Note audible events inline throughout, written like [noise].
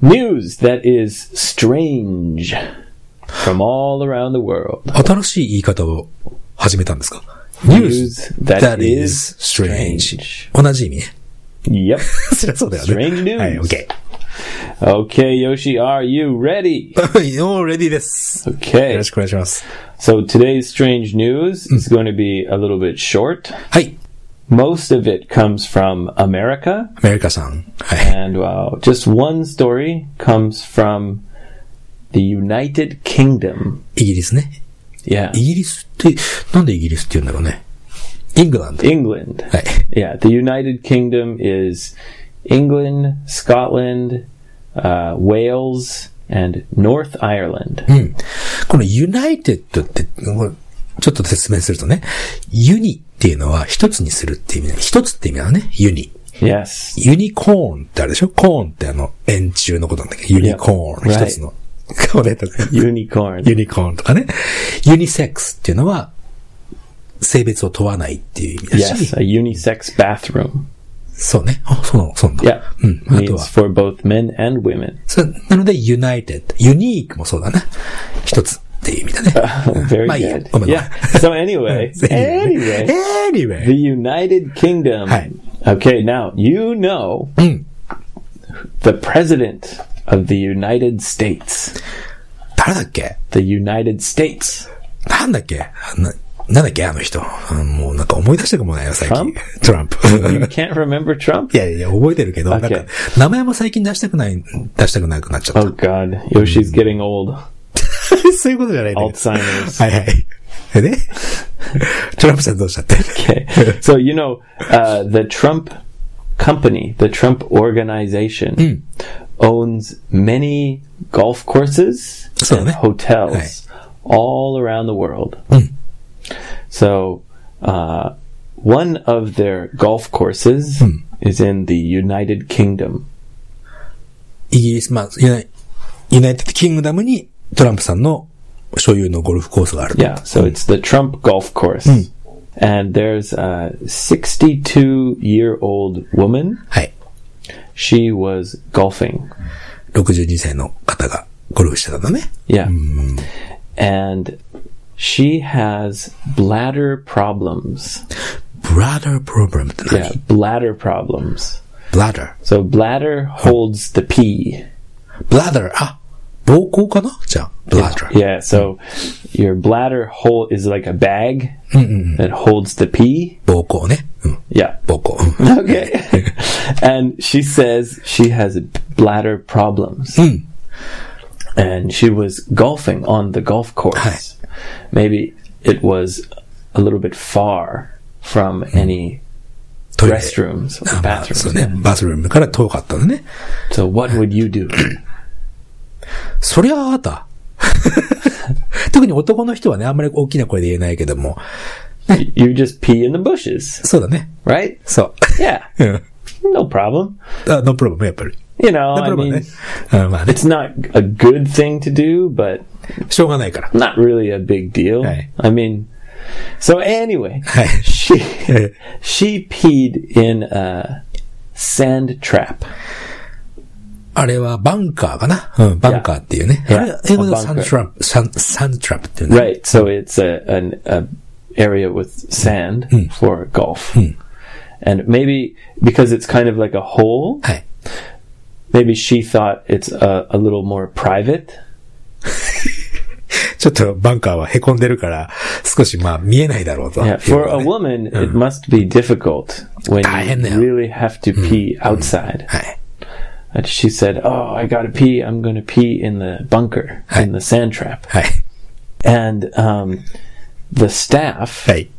news that is strange from all around the world. 新しい言い方を始めたんですか News that, that is is strange. strange. 同じ意味 [laughs] ね。 Yep. そりゃそうだよ Strange news. ね。はい、OK。 Okay, Yoshi, are you ready? [laughs] You're ready です。よ Okay. ろしくお願いします。 So today's strange news is going to be a little bit short. はい。 Most of it comes from America, アメリカさん。はい。 and uh, just one story comes from the United Kingdom. イギリスね。 Yeah. イギリスって、なんでイギリスって言うんだろうね。イングランド。 England. はい。 Yeah, the United Kingdom is England, Scotland, uh, Wales, and North Ireland. うん。このユナイテッドって、これちょっと説明するとね、ユニっていうのは一つにするっていう意味だ一つって意味なのね、ユニ。 Yes. ユニコーンってあるでしょコーンってあの、円柱のことなんだけど、ユニコーン。 Yeah. 一つの。これとか、 Unicorn. [laughs] ユニコーンとかね。ユニセックスっていうのは、性別を問わないっていう意味だ Yes, し。 a unisex bathroom. そうね。あ、そうなの、そうなんだ Yeah,。うん。あとは means、for both men and women. そうなので、ユナイテッド。ユニークもそうだな。一つっていう意味だね。 [laughs] Very My- good. oh my yeah. So [laughs] anyway, anyway, the anyway. United Kingdom. Hi. Okay, now you know Mm. the president of the United States. 誰だっけ The United States. なんだっけあな、なんだっけあの人。あもうなんか思い出したくもないよ、最近。トランプ。 [laughs] You can't remember Trump? いやいや、覚えてるけど、 Okay. なんか、名前も最近出したくない、出したくなくなっちゃった。 Oh God, Yoshi's getting old. [laughs] そういうことじゃないんだけど [laughs] Alzheimer's. はいはい。えねトランプさんどうしちゃって Okay. So you know uh, the Trump company, the Trump organization, owns many golf courses So, and yeah. hotels Right. all around the world. So uh, one of their golf courses is in the United Kingdom. イギリス、まあ、ユナイユナイテッドキングダムにトランプさんの所有のゴルフコースがあると。 Yeah, so it's the Trump golf course. And there's a 62 year old woman. はい。 She was golfing. 62歳の方がゴルフしてたんだね。 Yeah. And she has bladder problems. ブラダープロブレムって何 Yeah, bladder problems. ブラダ So bladder holds the pee. ー。ブラダー、あ、膀胱かなじゃあ、ブラダー。 Yeah, so your bladder hold is like a bag that holds the pee. 膀胱ね。うん。 Yeah. 膀胱。うん [laughs] Okay. and she says she has bladder problems. Mm. And she was golfing on the golf course. Maybe it was a little bit far from any トイレ。 restrooms or あまあそ bathrooms. うね。バスルームから遠かったのね。 So what would you do? そりゃあなた。特に男の人はね、あんまり大きな声で言えないけども。 you just pee in the bushes, そうだね。 right? そう。 Yeah, うん。 no problem. あ、ノープロブム、やっぱり。 You know, ノ I ープロブム mean, ね。うんまあね、 it's not a good thing to do, but しょうがないから。 not really a big deal. Right. I mean, so anyway, Right. she [laughs] she peed in a sand trap. あれはバンカーかなうん、バンカーっていうね。 Yeah. あれ、英語で A bunker. サンドトラップ、サン、サンドトラップっていうんだ。 Right, so it's a an a area with sand for golf, and maybe because it's kind of like a hole, はい。 maybe she thought it's a, a little more private. ちょっとバンカーは凹んでるから、少しまあ見えないだろうと。 Yeah, for a いうこと woman, ね it must be difficult when Damn, you yeah. really have to pee outside. はい。 And she said, "Oh, I gotta pee. I'm gonna pee in the bunker in the sand trap." はい。 And um, the staff はい。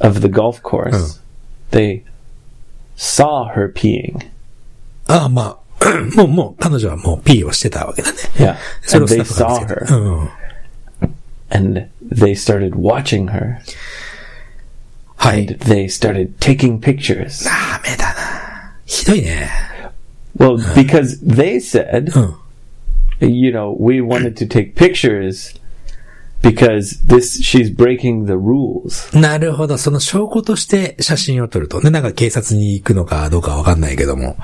of the golf course, they saw her peeing. ああ、まあ、もう、もう、彼女はもう P をしてたわけだね。 Yeah, そ and れをスタ they ッフが saw 見つけ her, た。うん。 and they started watching her, は and い。 they started taking pictures. ダメだな。ひどいね。 Well, because they said, うん。 you know, we wanted to take pictures because this she's breaking the rules. なるほど。その証拠として写真を撮るとね、なんか警察に行くのかどうかわかんないけども。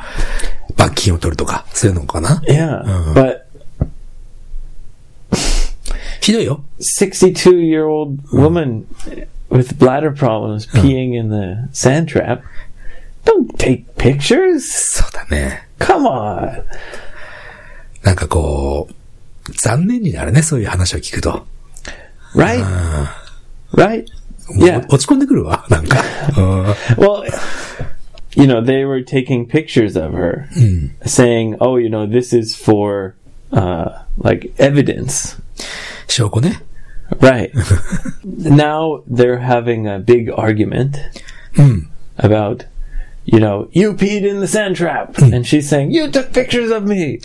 罰金を取るとか、そういうのかな Yeah. Uh-huh. But ひどいよ。 62 year old woman with bladder problems peeing in the sand trap. Don't take pictures. そうだね。 Come on. なんかこう、残念になるね、そういう話を聞くと。 Right? Right? Yeah. もう落ち込んでくるわ、な [laughs] んか。うん Well, you know, they were taking pictures of her saying, oh, you know, this is for uh, like evidence. 証拠ね。 Right. now they're having a big argument about, you know, you peed in the sand trap. and she's saying, you took pictures of me.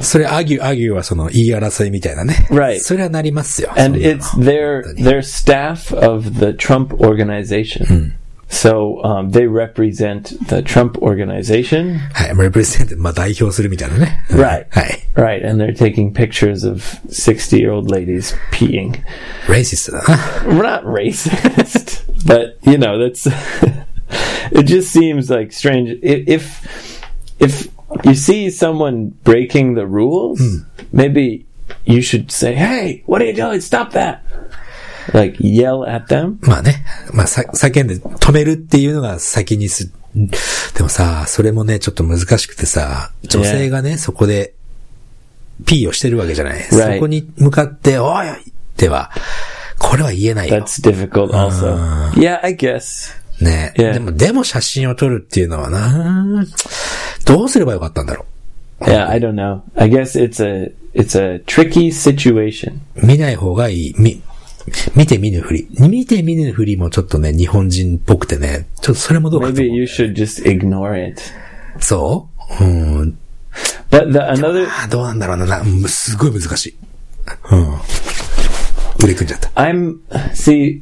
それ、アギュ、アギュはその言い争いみたいなね。 Right. それはなりますよ。 And そんなの it's their, their staff of the Trump organization. So um, they represent the Trump organization. はい。まあ、レプレゼンテ、まあ、代表するみたいなね。うん Right. はい。 Right, and they're taking pictures of 60 year old ladies peeing. レイシストだな。 We're not racist, [laughs] but you know, that's. [laughs] it just seems like strange. I- If, if you see someone breaking the rules, maybe you should say, hey, what are you doing? Stop that! Like, yell at them. まあね。まあ、さ、叫んで止めるっていうのが先にす、でもさ、それもね、ちょっと難しくてさ、女性がね、そこで、P をしてるわけじゃない。そこに向かって、おいおいっては、これは言えないよ。 That's difficult, also. Yeah, I guess. ね。 Yeah. でも、でも写真を撮るっていうのはな、どうすればよかったんだろ Yeah, I don't know. I guess it's a, it's a tricky situation. う。見ない方がいい。見、見て見ぬふり。見て見ぬふりもちょっとね、日本人っぽくてね、ちょっとそれもどうかと Maybe 思 you should just ignore it. う。そううん。 But the, another, あーどうなんだろうなな。うんすごい難しい。うん。腕組んじゃった。 I'm see.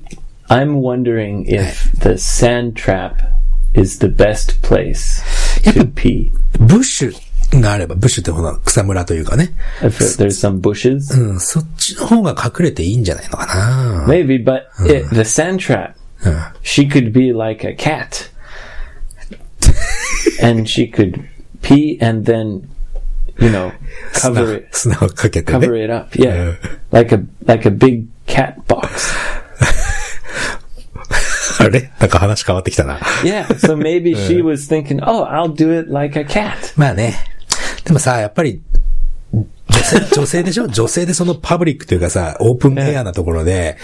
I'm wondering if the sand trap is the best place to pee. ブッシュがあれば、ブッシュってほら、草むらというかね。 If there's some bushes, うん、そっちの方が隠れていいんじゃないのかな。 maybe. But it, the sand trap, she could be like a cat, [laughs] and she could pee and then, you know, 砂 cover it, 砂をかけて cover ね。 it up. Yeah, like a like a big cat [laughs] box. あれなんか話変わってきたな。 Yeah. So maybe she was thinking, "Oh, I'll do it like a cat." まあね。でもさ、やっぱり、女性、女性でしょ女性でそのパブリックというかさ、オープンエアなところで、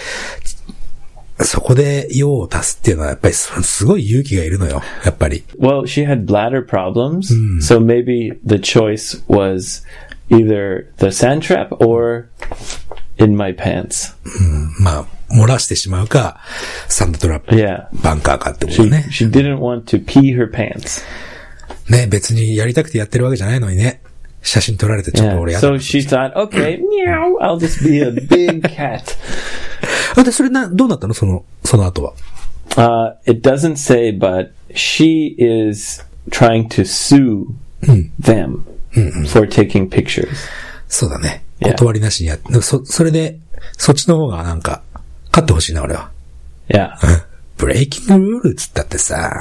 そこで用を足すっていうのは、やっぱりすすごい勇気がいるのよ。やっぱり。 Well, she had bladder problems, so maybe the choice was either the sand trap or in my pants. まあ、漏らしてしまうか、サンドトラップ、 Yeah. バンカーかってこと She, ね。 she didn't want to pee her pants. ね、別にやりたくてやってるわけじゃないのにね。写真撮られてちょっと Yeah. 俺やだ So she thought, okay, meow, I'll just be a big cat. あ、で、それな、どうなったのその、その後は。 Uh, it doesn't say, but she is trying to sue them for taking pictures. そうだね。 Yeah. 断りなしにやって、そ、それで、そっちの方がなんか、勝ってほしいな、俺は。 Yeah. ブレイキングルールっつったってさ、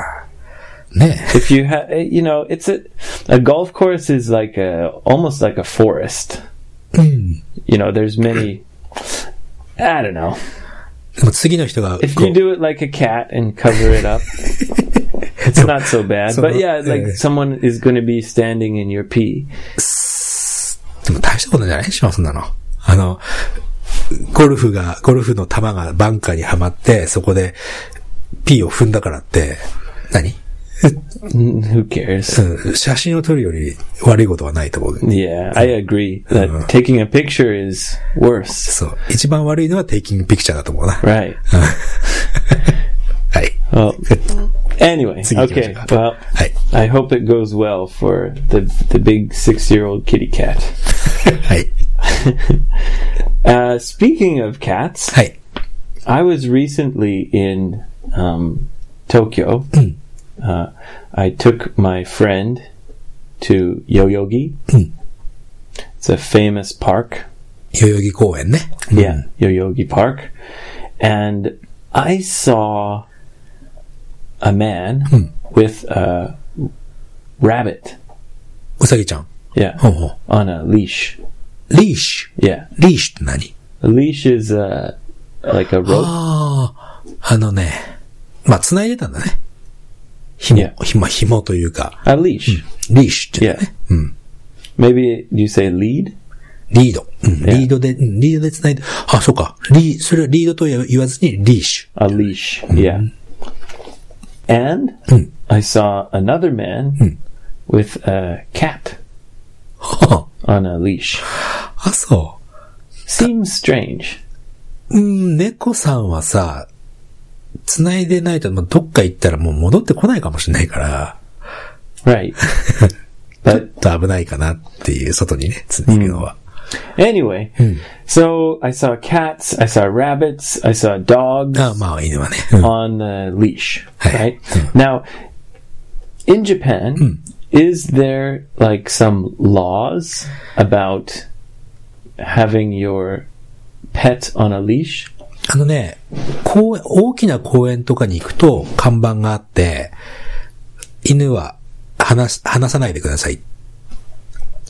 ね if you have, you know, it's a a golf course is like a almost like a forest. Hmm. You know, there's many. I don't know. でも次の人が、 If こ you う do it like a cat and cover it [laughs] up, it's not so bad. so- but yeah, like yeah. someone is going to be standing in your pee. でも大したことじゃないでしょ、そんなの。あの、ゴルフが、ゴルフの球がバンカーにはまって、そこで、P を踏んだからって、何 Mm, Who cares? うん写真を撮るより悪いことはないと思う。 Yeah, I agree that Uh-huh. taking a picture is worse. そう。一番悪いのはテイキングピクチャーだと思うな。は Right. い。 Well, anyway, 次行きまし okay. ょうか。 Well, はい。 I hope it goes well for the the big six year old kitty cat. はい。 Uh, speaking of cats, はい。 I was recently in um, Tokyo. [clears throat] Uh, I took my friend to Yoyogi. It's a famous park. 代々木公園ね。 Yeah, Yoyogi Park. And I saw a man with a rabbit うさぎちゃん。 Yeah. ほうほう。 On a leash. リーシ Yeah. ュ。リーシュって何 A leash is uh, like a [gasps] rope. ああ、あのね。まあ、繋いでたんだね。紐、 Yeah. 紐、紐というか、 A leash. リーシュって、 Yeah. ね。うん。 Maybe you say lead? リード。うん、リードで、うんリードで繋いで、あ、そうか。リー、それはリードとは言わずにリーシ A leash. Yeah. And I saw another man with a cat ュ。 [laughs] は on a leash. あ、あ、そう。 Seems strange. うん、猫さんはさ、繋いでないと、もうどっか行ったらもう戻ってこないかもしれないから、 Right. ちょ but っと危ないかなっていう、外にね、繋ぐのは。 anyway, so I saw cats, I saw rabbits, I saw dogs あまあ、犬はね。うん on a leash. Hey. Right? Now, in Japan, is there like some laws about having your pet on a leash? あのね、公園、大きな公園とかに行くと看板があって、犬は話し、話さないでください。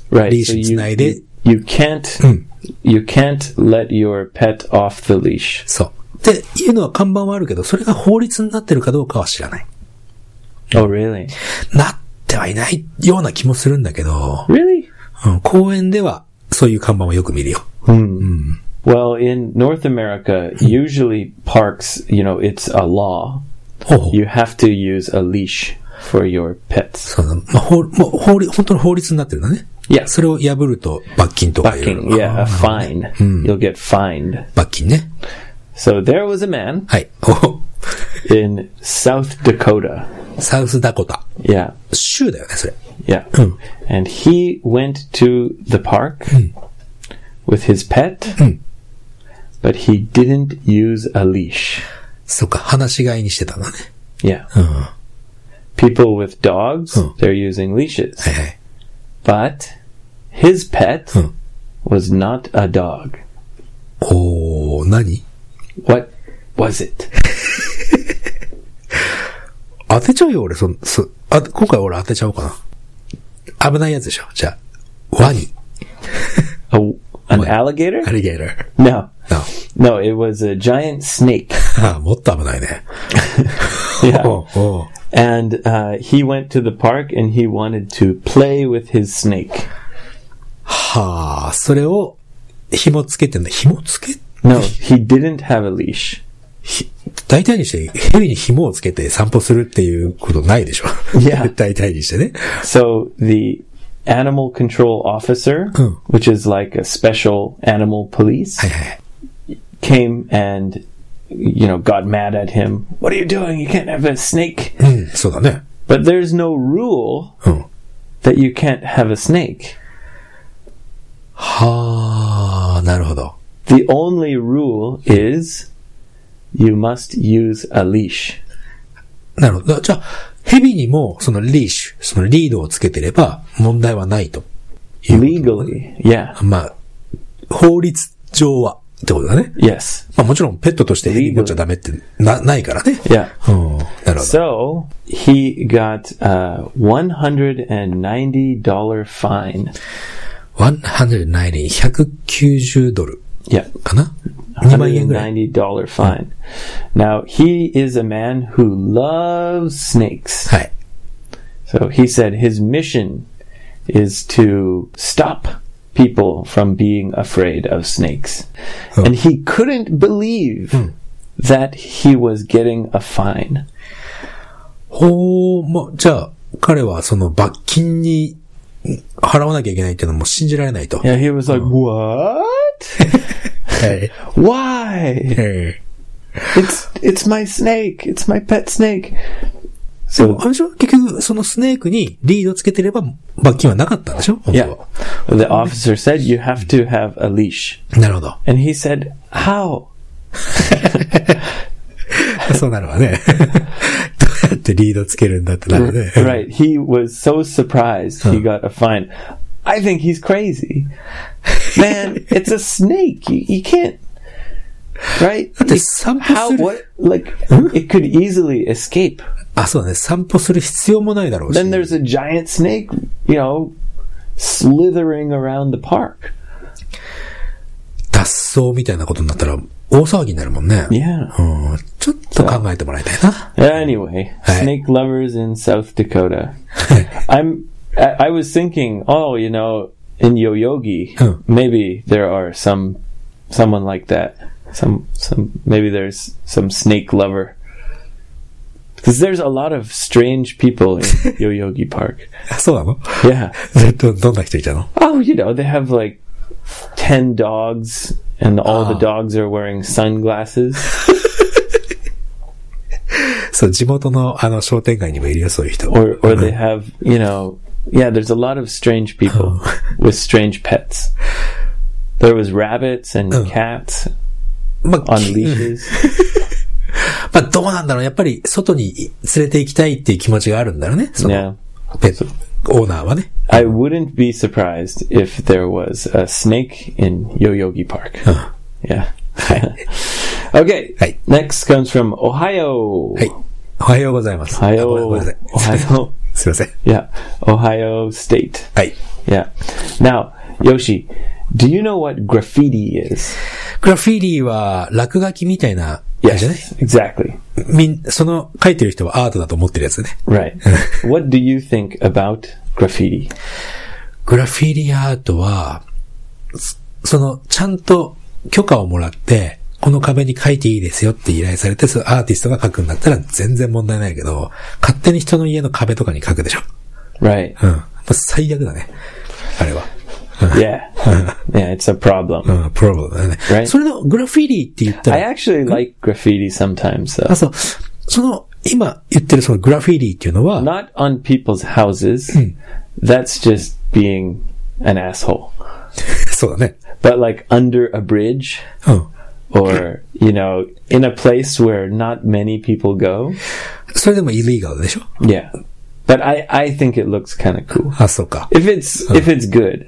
Right. Leash so is you, made it. you, you can't you can't let your pet off the leash. そう。っていうのは看板はあるけど、それが法律になってるかどうかは知らない。 Oh really? なってはいないような気もするんだけど、 Really? うん、公園ではそういう看板をよく見るよ。 Well, in North America, usually parks, you know, it's a law. ほうほう You have to use a leash for your pets. そうだまあ、法、もう法律、本当の法律になってるんだね。 Yeah. それを破ると罰金とかいろいろ Fucking, yeah, a [laughs] fine. Hmm. You'll get fined. 罰金ね。 So there was a man はい。お in South Dakota. サウスダコタ。 Yeah, 州だよね、それ。 yeah. And he went to the park Hmm. with his pet, but he didn't use a leash. そっか、話し飼いにしてたんだね。 Yeah. うん。は People with dogs, Hmm. they're using leashes. いはい。 But his pet Hmm. was not a dog. おー、何 What was it? 当てちゃうよ、俺、そん、そ、あ、今回俺当てちゃおうかな。危ないやつでしょ。じゃあ、ワニ。 A, an alligator? アリゲーター。 No. あ No, it was a giant [laughs] snake. あ、もっと危ないね。 Yeah. おうおう And uh, he went to the park and he wanted to play with his snake. はあ、それを、紐つけてんだ。紐つけ No, he didn't have a leash. ひ大体にして、蛇に紐をつけて散歩するっていうことないでしょ。いや [laughs] 大体にしてね。 So the animal control officer, Hmm. which is like a special animal police, はいはい。 came and you know got mad at him. What are you doing? You can't have a snake. うん、そうだね。 But there's no rule うん。は that you can't have a snake. あ、なるほど。 The only rule is you must use a leash. なるほど。じゃあ、蛇にも、そのリーシュ、そのリードをつけてれば、問題はないと。 Legally. Yeah. まあ、法律上は、ってことだね。 Yes. まあもちろんペットとして蛇持っちゃダメってな、ないからね。 Yeah. うん、なるほど。 So he got uh, a $190 fine. 190、190ドル Yeah. かな ?2 万円ぐらい。 $190 fine. Now he is a man who loves snakes. はい。 So he said his mission is to stop people from being afraid of snakes. And he couldn't believe that he was getting a fine. ほー、まあ、じゃあ、彼はその罰金にん払わなきゃいけないっていうのも信じられないと。は Yeah, he was like, "What? い。 [laughs] Why? ええ It's it's my snake. It's my pet snake." で So も、あれでしょ結局、そのスネークにリードつけてれば罰金はなかったんでしょ本当 yeah, は。 the officer said you have to have a leash, なるほど。 and he said, "How?" そうなるわね。 [laughs] どうやってリードつけるんだってなるね。 Right. He was so surprised he got Huh. a fine. I think he's crazy. Man, [laughs] it's a snake. You, you can't. Right? But there's You- some how, possibility- what, like, it could easily escape. あ、そうだね。散歩する必要もないだろうし。 Then there's a giant snake, you know, slithering around the park. 脱走みたいなことになったら大騒ぎになるもんね。 Yeah. うん、ちょっと考えてもらいたいな。 Anyway, Hey. snake lovers in South [laughs] Dakota. I'm. I, I was thinking, oh, you know, in Yoyogi, Hmm. maybe there are some someone like that. Some some maybe there's some snake lover. Because there's a lot of strange people in [laughs] Yoyogi Park. [laughs] そうなの Yeah. でど、どんな人いたの Oh, you know, they have like ten dogs, and all the Ah. dogs are wearing sunglasses そう、地元のあの商店街にもいるよ、そういう人。 or or [laughs] they have you know yeah there's a lot of strange people with strange pets there was rabbits and Oh. cats まあ、 [laughs] on き leashes まあ、どうなんだろうやっぱり、外に連れて行きたいっていう気持ちがあるんだろうね。その、 yeah ペット、オーナーはね。 i wouldn't be surprised if there was a snake in yoyogi park Huh. yeah [laughs] okay Hey. next comes from ohio はい。おはようございます。あごめんごめん ohio なさい。 [laughs] ohio すいません。 yeah ohio state はい。 yeah now yoshi do you know what graffiti is グラフィリーは落書きみたいな、あれじゃない exactly みん、その書いてる人はアートだと思ってるやつね。 [laughs] Right. what do you think about graffiti? グラフィリアートは、そその、ちゃんと許可をもらって、この壁に書いていいですよって依頼されて、そのアーティストが書くんだったら全然問題ないけど、勝手に人の家の壁とかに書くでしょ。 Right. うん。まあ、最悪だね。あれは。 Yeah. [laughs] yeah, it's a problem. うん、プロブだね。 Right. それのグラフィリーって言った I ら、 actually like graffiti sometimes, あ、 though. そう。その、今言ってるそのグラフィリーっていうのは、 Not on people's houses. That's just being an asshole. そうだね。 But like under a bridge うん。 or, you know, in a place where not many people go. それでもイリーガルでしょ Yeah. But I, I think it looks kind of cool. あ、そうか。 If it's if it's good.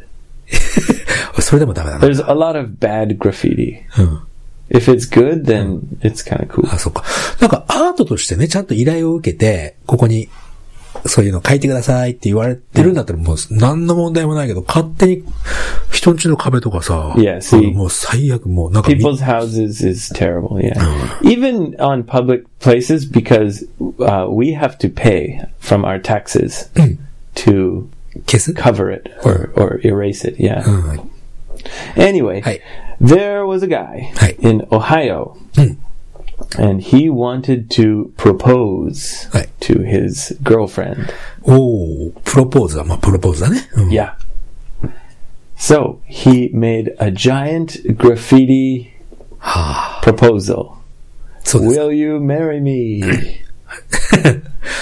それでもダメだな。 There's a lot of bad graffiti. うん。 If it's good, then it's kind of cool. あ、そうか。なんかアートとしてね、ちゃんと依頼を受けて、ここに、そういうの書いてくださいって言われてるんだったら、もう、何の問題もないけど、勝手に、人ん家の壁とかさ、いやそうもう最悪、もう、なんかみ、 people's houses is terrible. Yeah, even on public places because uh, we have to pay from our taxes to 消す cover it or, or erase it. う Yeah. ん。 Anyway, はい。 there was a guy Hi. in Ohio, and he wanted to propose Hi. to his girlfriend. おー、プロポーズは、まあ、プロポーズだね。うん Yeah. So he made a giant graffiti proposal. そうです。 Will you marry me?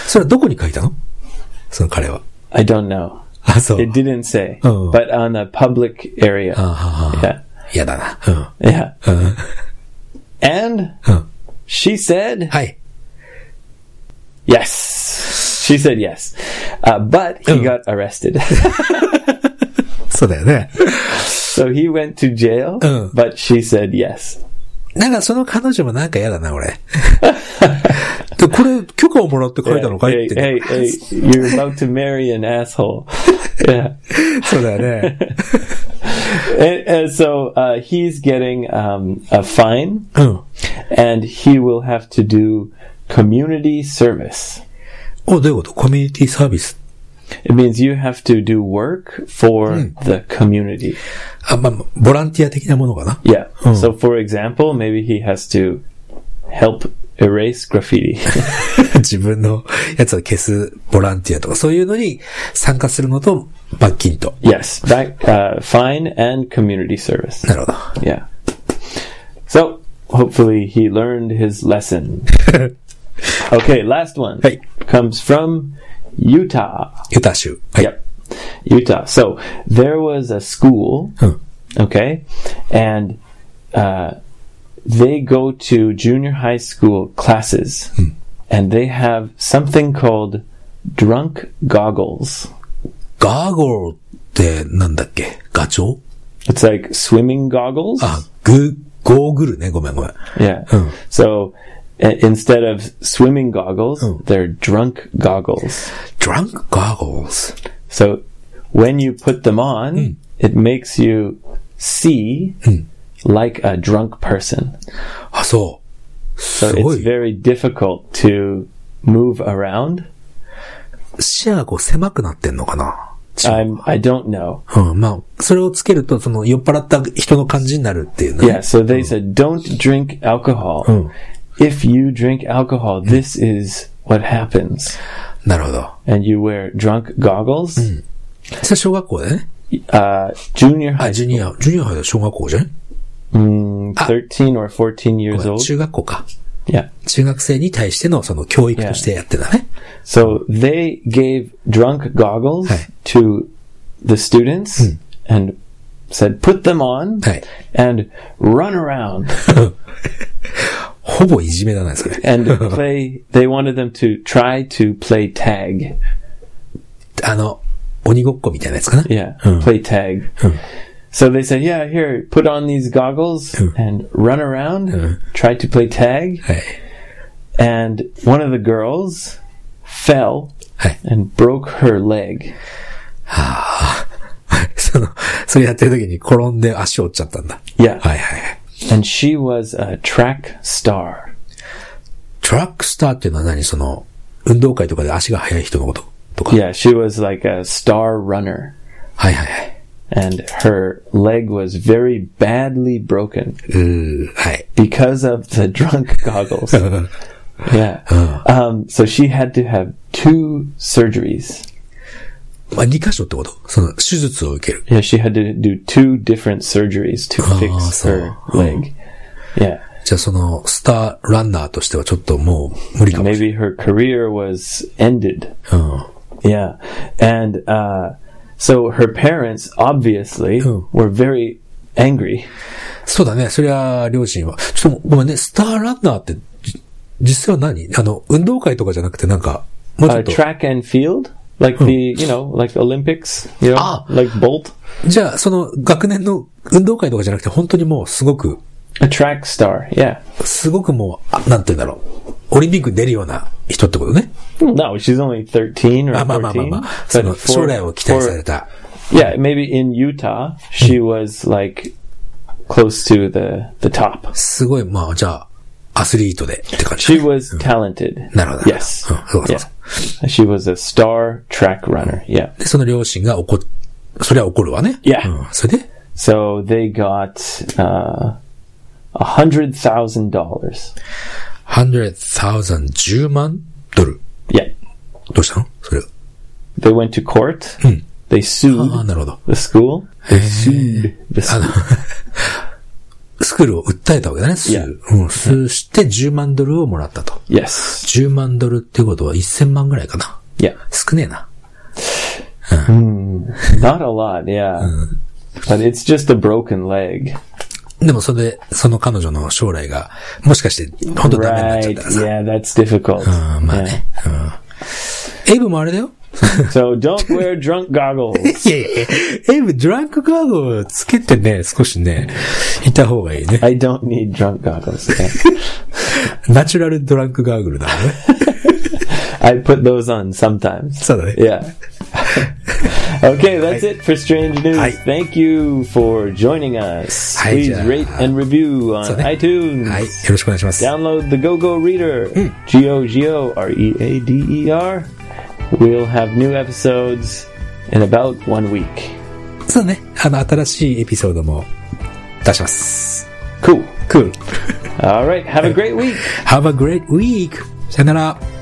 それはどこに書いたのその彼は。 I don't know. あ、そう。 It didn't say, Oh. but on a public area. ああ、 Yeah, 嫌だな。うん。 yeah. うん。 And うん。 she said はい。 yes. She said yes, uh, but he Oh. got arrested, [laughs] そうだよね。 so he went to jail. Oh. But she said yes. なんかその彼女もなんか嫌だ [laughs] な、俺。で、これ、許可をもらって書いたのかい hey, って。 [laughs] hey, hey, you're about to marry an asshole. yeah, そうだよね。 and, and so uh, he's getting um, a fine, うん。 and he will have to do community service. お、どういうことコミュニティサービス。 It means you have to do work for the community. あ、まあ、ボランティア的なものかな。 [laughs] Yeah. So, for example, maybe he has to help erase graffiti. [laughs] 自分のやつを消すボランティアとか、そういうのに参加するのと、罰金と。 yes. Back, uh, fine and community service. なるほど。 Yeah. So, hopefully, he learned his lesson. okay, last one Hey. comes from Utah. ユタ州。はい。 Yep. Utah. So, there was a school. うん。 okay and uh, they go to junior high school classes Hmm. and they have something called drunk goggles ガーゴルってなんだっけガチョウ it's like swimming goggles あ、グ、ゴーグルね。ごめんごめん。 yeah Ah. Oh. so i- instead of swimming goggles Oh. they're drunk goggles ドランクガーゴルズ。 so when you put them on, Hmm. it makes you see like a drunk person. あ、そう。 So すご it's い。 very difficult to move around. 視野がこう狭くなってんのかな I'm, I don't know. うん、まあ、それをつけると、その、酔っ払った人の感じになるっていうね。 Yeah, so they said, don't drink alcohol. Mm. If you drink alcohol, this is what happens. なるほど。 And you wear drunk goggles. それ小学校でね。 Uh, junior あ、 high, ジュニア、ジュニア入った小学校じゃない mm, 13 or 14 years ごめん old. 中学校か。 Yeah. 中学生に対してのその教育としてやってたね。 So they gave drunk goggles Hey. to the students and said, put them on はい。 and run around ほぼいじめだな、それ。 and play. They wanted them to try to play tag. あの、鬼ごっこみたいなやつかな。 Yeah, Hmm. play tag. Hmm. So they said, yeah, here, put on these goggles and run around, Hmm. try to play tag. はい。 And one of the girls fell Hey. and broke her leg. [laughs] その、それやってる時に転んで足折っちゃったんだ。 Yeah. はいはいはい。 And she was a track star. トラックスターっていうのは何その、運動会とかで足が速い人のこととか。 Yeah, she was like a star runner. はいはいはい。 And her leg was very badly broken うー、はい。 because of the [laughs] drunk goggles. yeah. Um, so she had to have two surgeries. まあ、2箇所ってことその、手術を受ける。 Yeah, she had to do two different surgeries to Oh, fix so- her leg. Yeah. じゃあその、スターランナーとしてはちょっともう無理かもしれ Maybe her career was ended. ない。うん。 Yeah. And uh, so her parents obviously Oh. were very angry. そうだね。そりゃ、両親は。ちょっとごめんね、スターランナーって、じ実際は何あの、運動会とかじゃなくてなんか、もうち Uh, ょっと。 track and field, like the, you know, like Olympics, you know, Ah. like Bolt. じゃあ、その、学年の運動会とかじゃなくて、本当にもうすごく、 A track star, yeah. すごくもう、あなんて言うんだろう。オリンピックに出るような人ってことね。 No, she's only 13 or あまあまあまあ 14. まあ。そ but の、 for- 将来を期待され for- た。 yeah, maybe in Utah, she was like close to the, the top. すごい、まあ、じゃあ、アスリートでって感じ She。was talented. なるほど。 Yes. うんそうそう Yeah. そ She う。was a star track runner. Yeah. で、その両親が怒っ、そりゃ怒るわね。 Yeah. うんそれで So they got uh, $100,000. ?100,000、10万ドル。 Yeah. どうしたのそれ。 They went to court. They ああ、 sued なるほど。 the school. They sued the school. スクールを訴えたわけだね、ス Yeah. うん、スして10万ドルをもらったと。 Yes. 10万ドルってことは1000万ぐらいかな。 Yeah. 少ねえな。 Not a lot, yeah. But it's just a broken leg. でもそれで、その彼女の将来が、もしかして、本当ダメになっちゃっ Right. たらさ。 Yeah, that's difficult. うん、まあ Yeah. ね。うん。エイブもあれだよ So don't wear drunk goggles. いやいやエイブ、ドランクカードをつけてね、少しね、いた方がいいね。 I don't need drunk goggles. yeah. ナチュラルドランクガーグルだもんね。 I put those on sometimes. そうだね。 Yeah. okay, that's it for Strange News. Hi. Thank you for joining us. Hi, Please Jeff. rate and review on So, yeah. iTunes. はい、よろしくお願いします。 Download the GoGo Reader. G O G O R E A D E R. We'll have new episodes in about one week. そうね。あの、新しいエピソードも出します。 Cool. Cool. All right, have a great week. Have a great week. さよなら。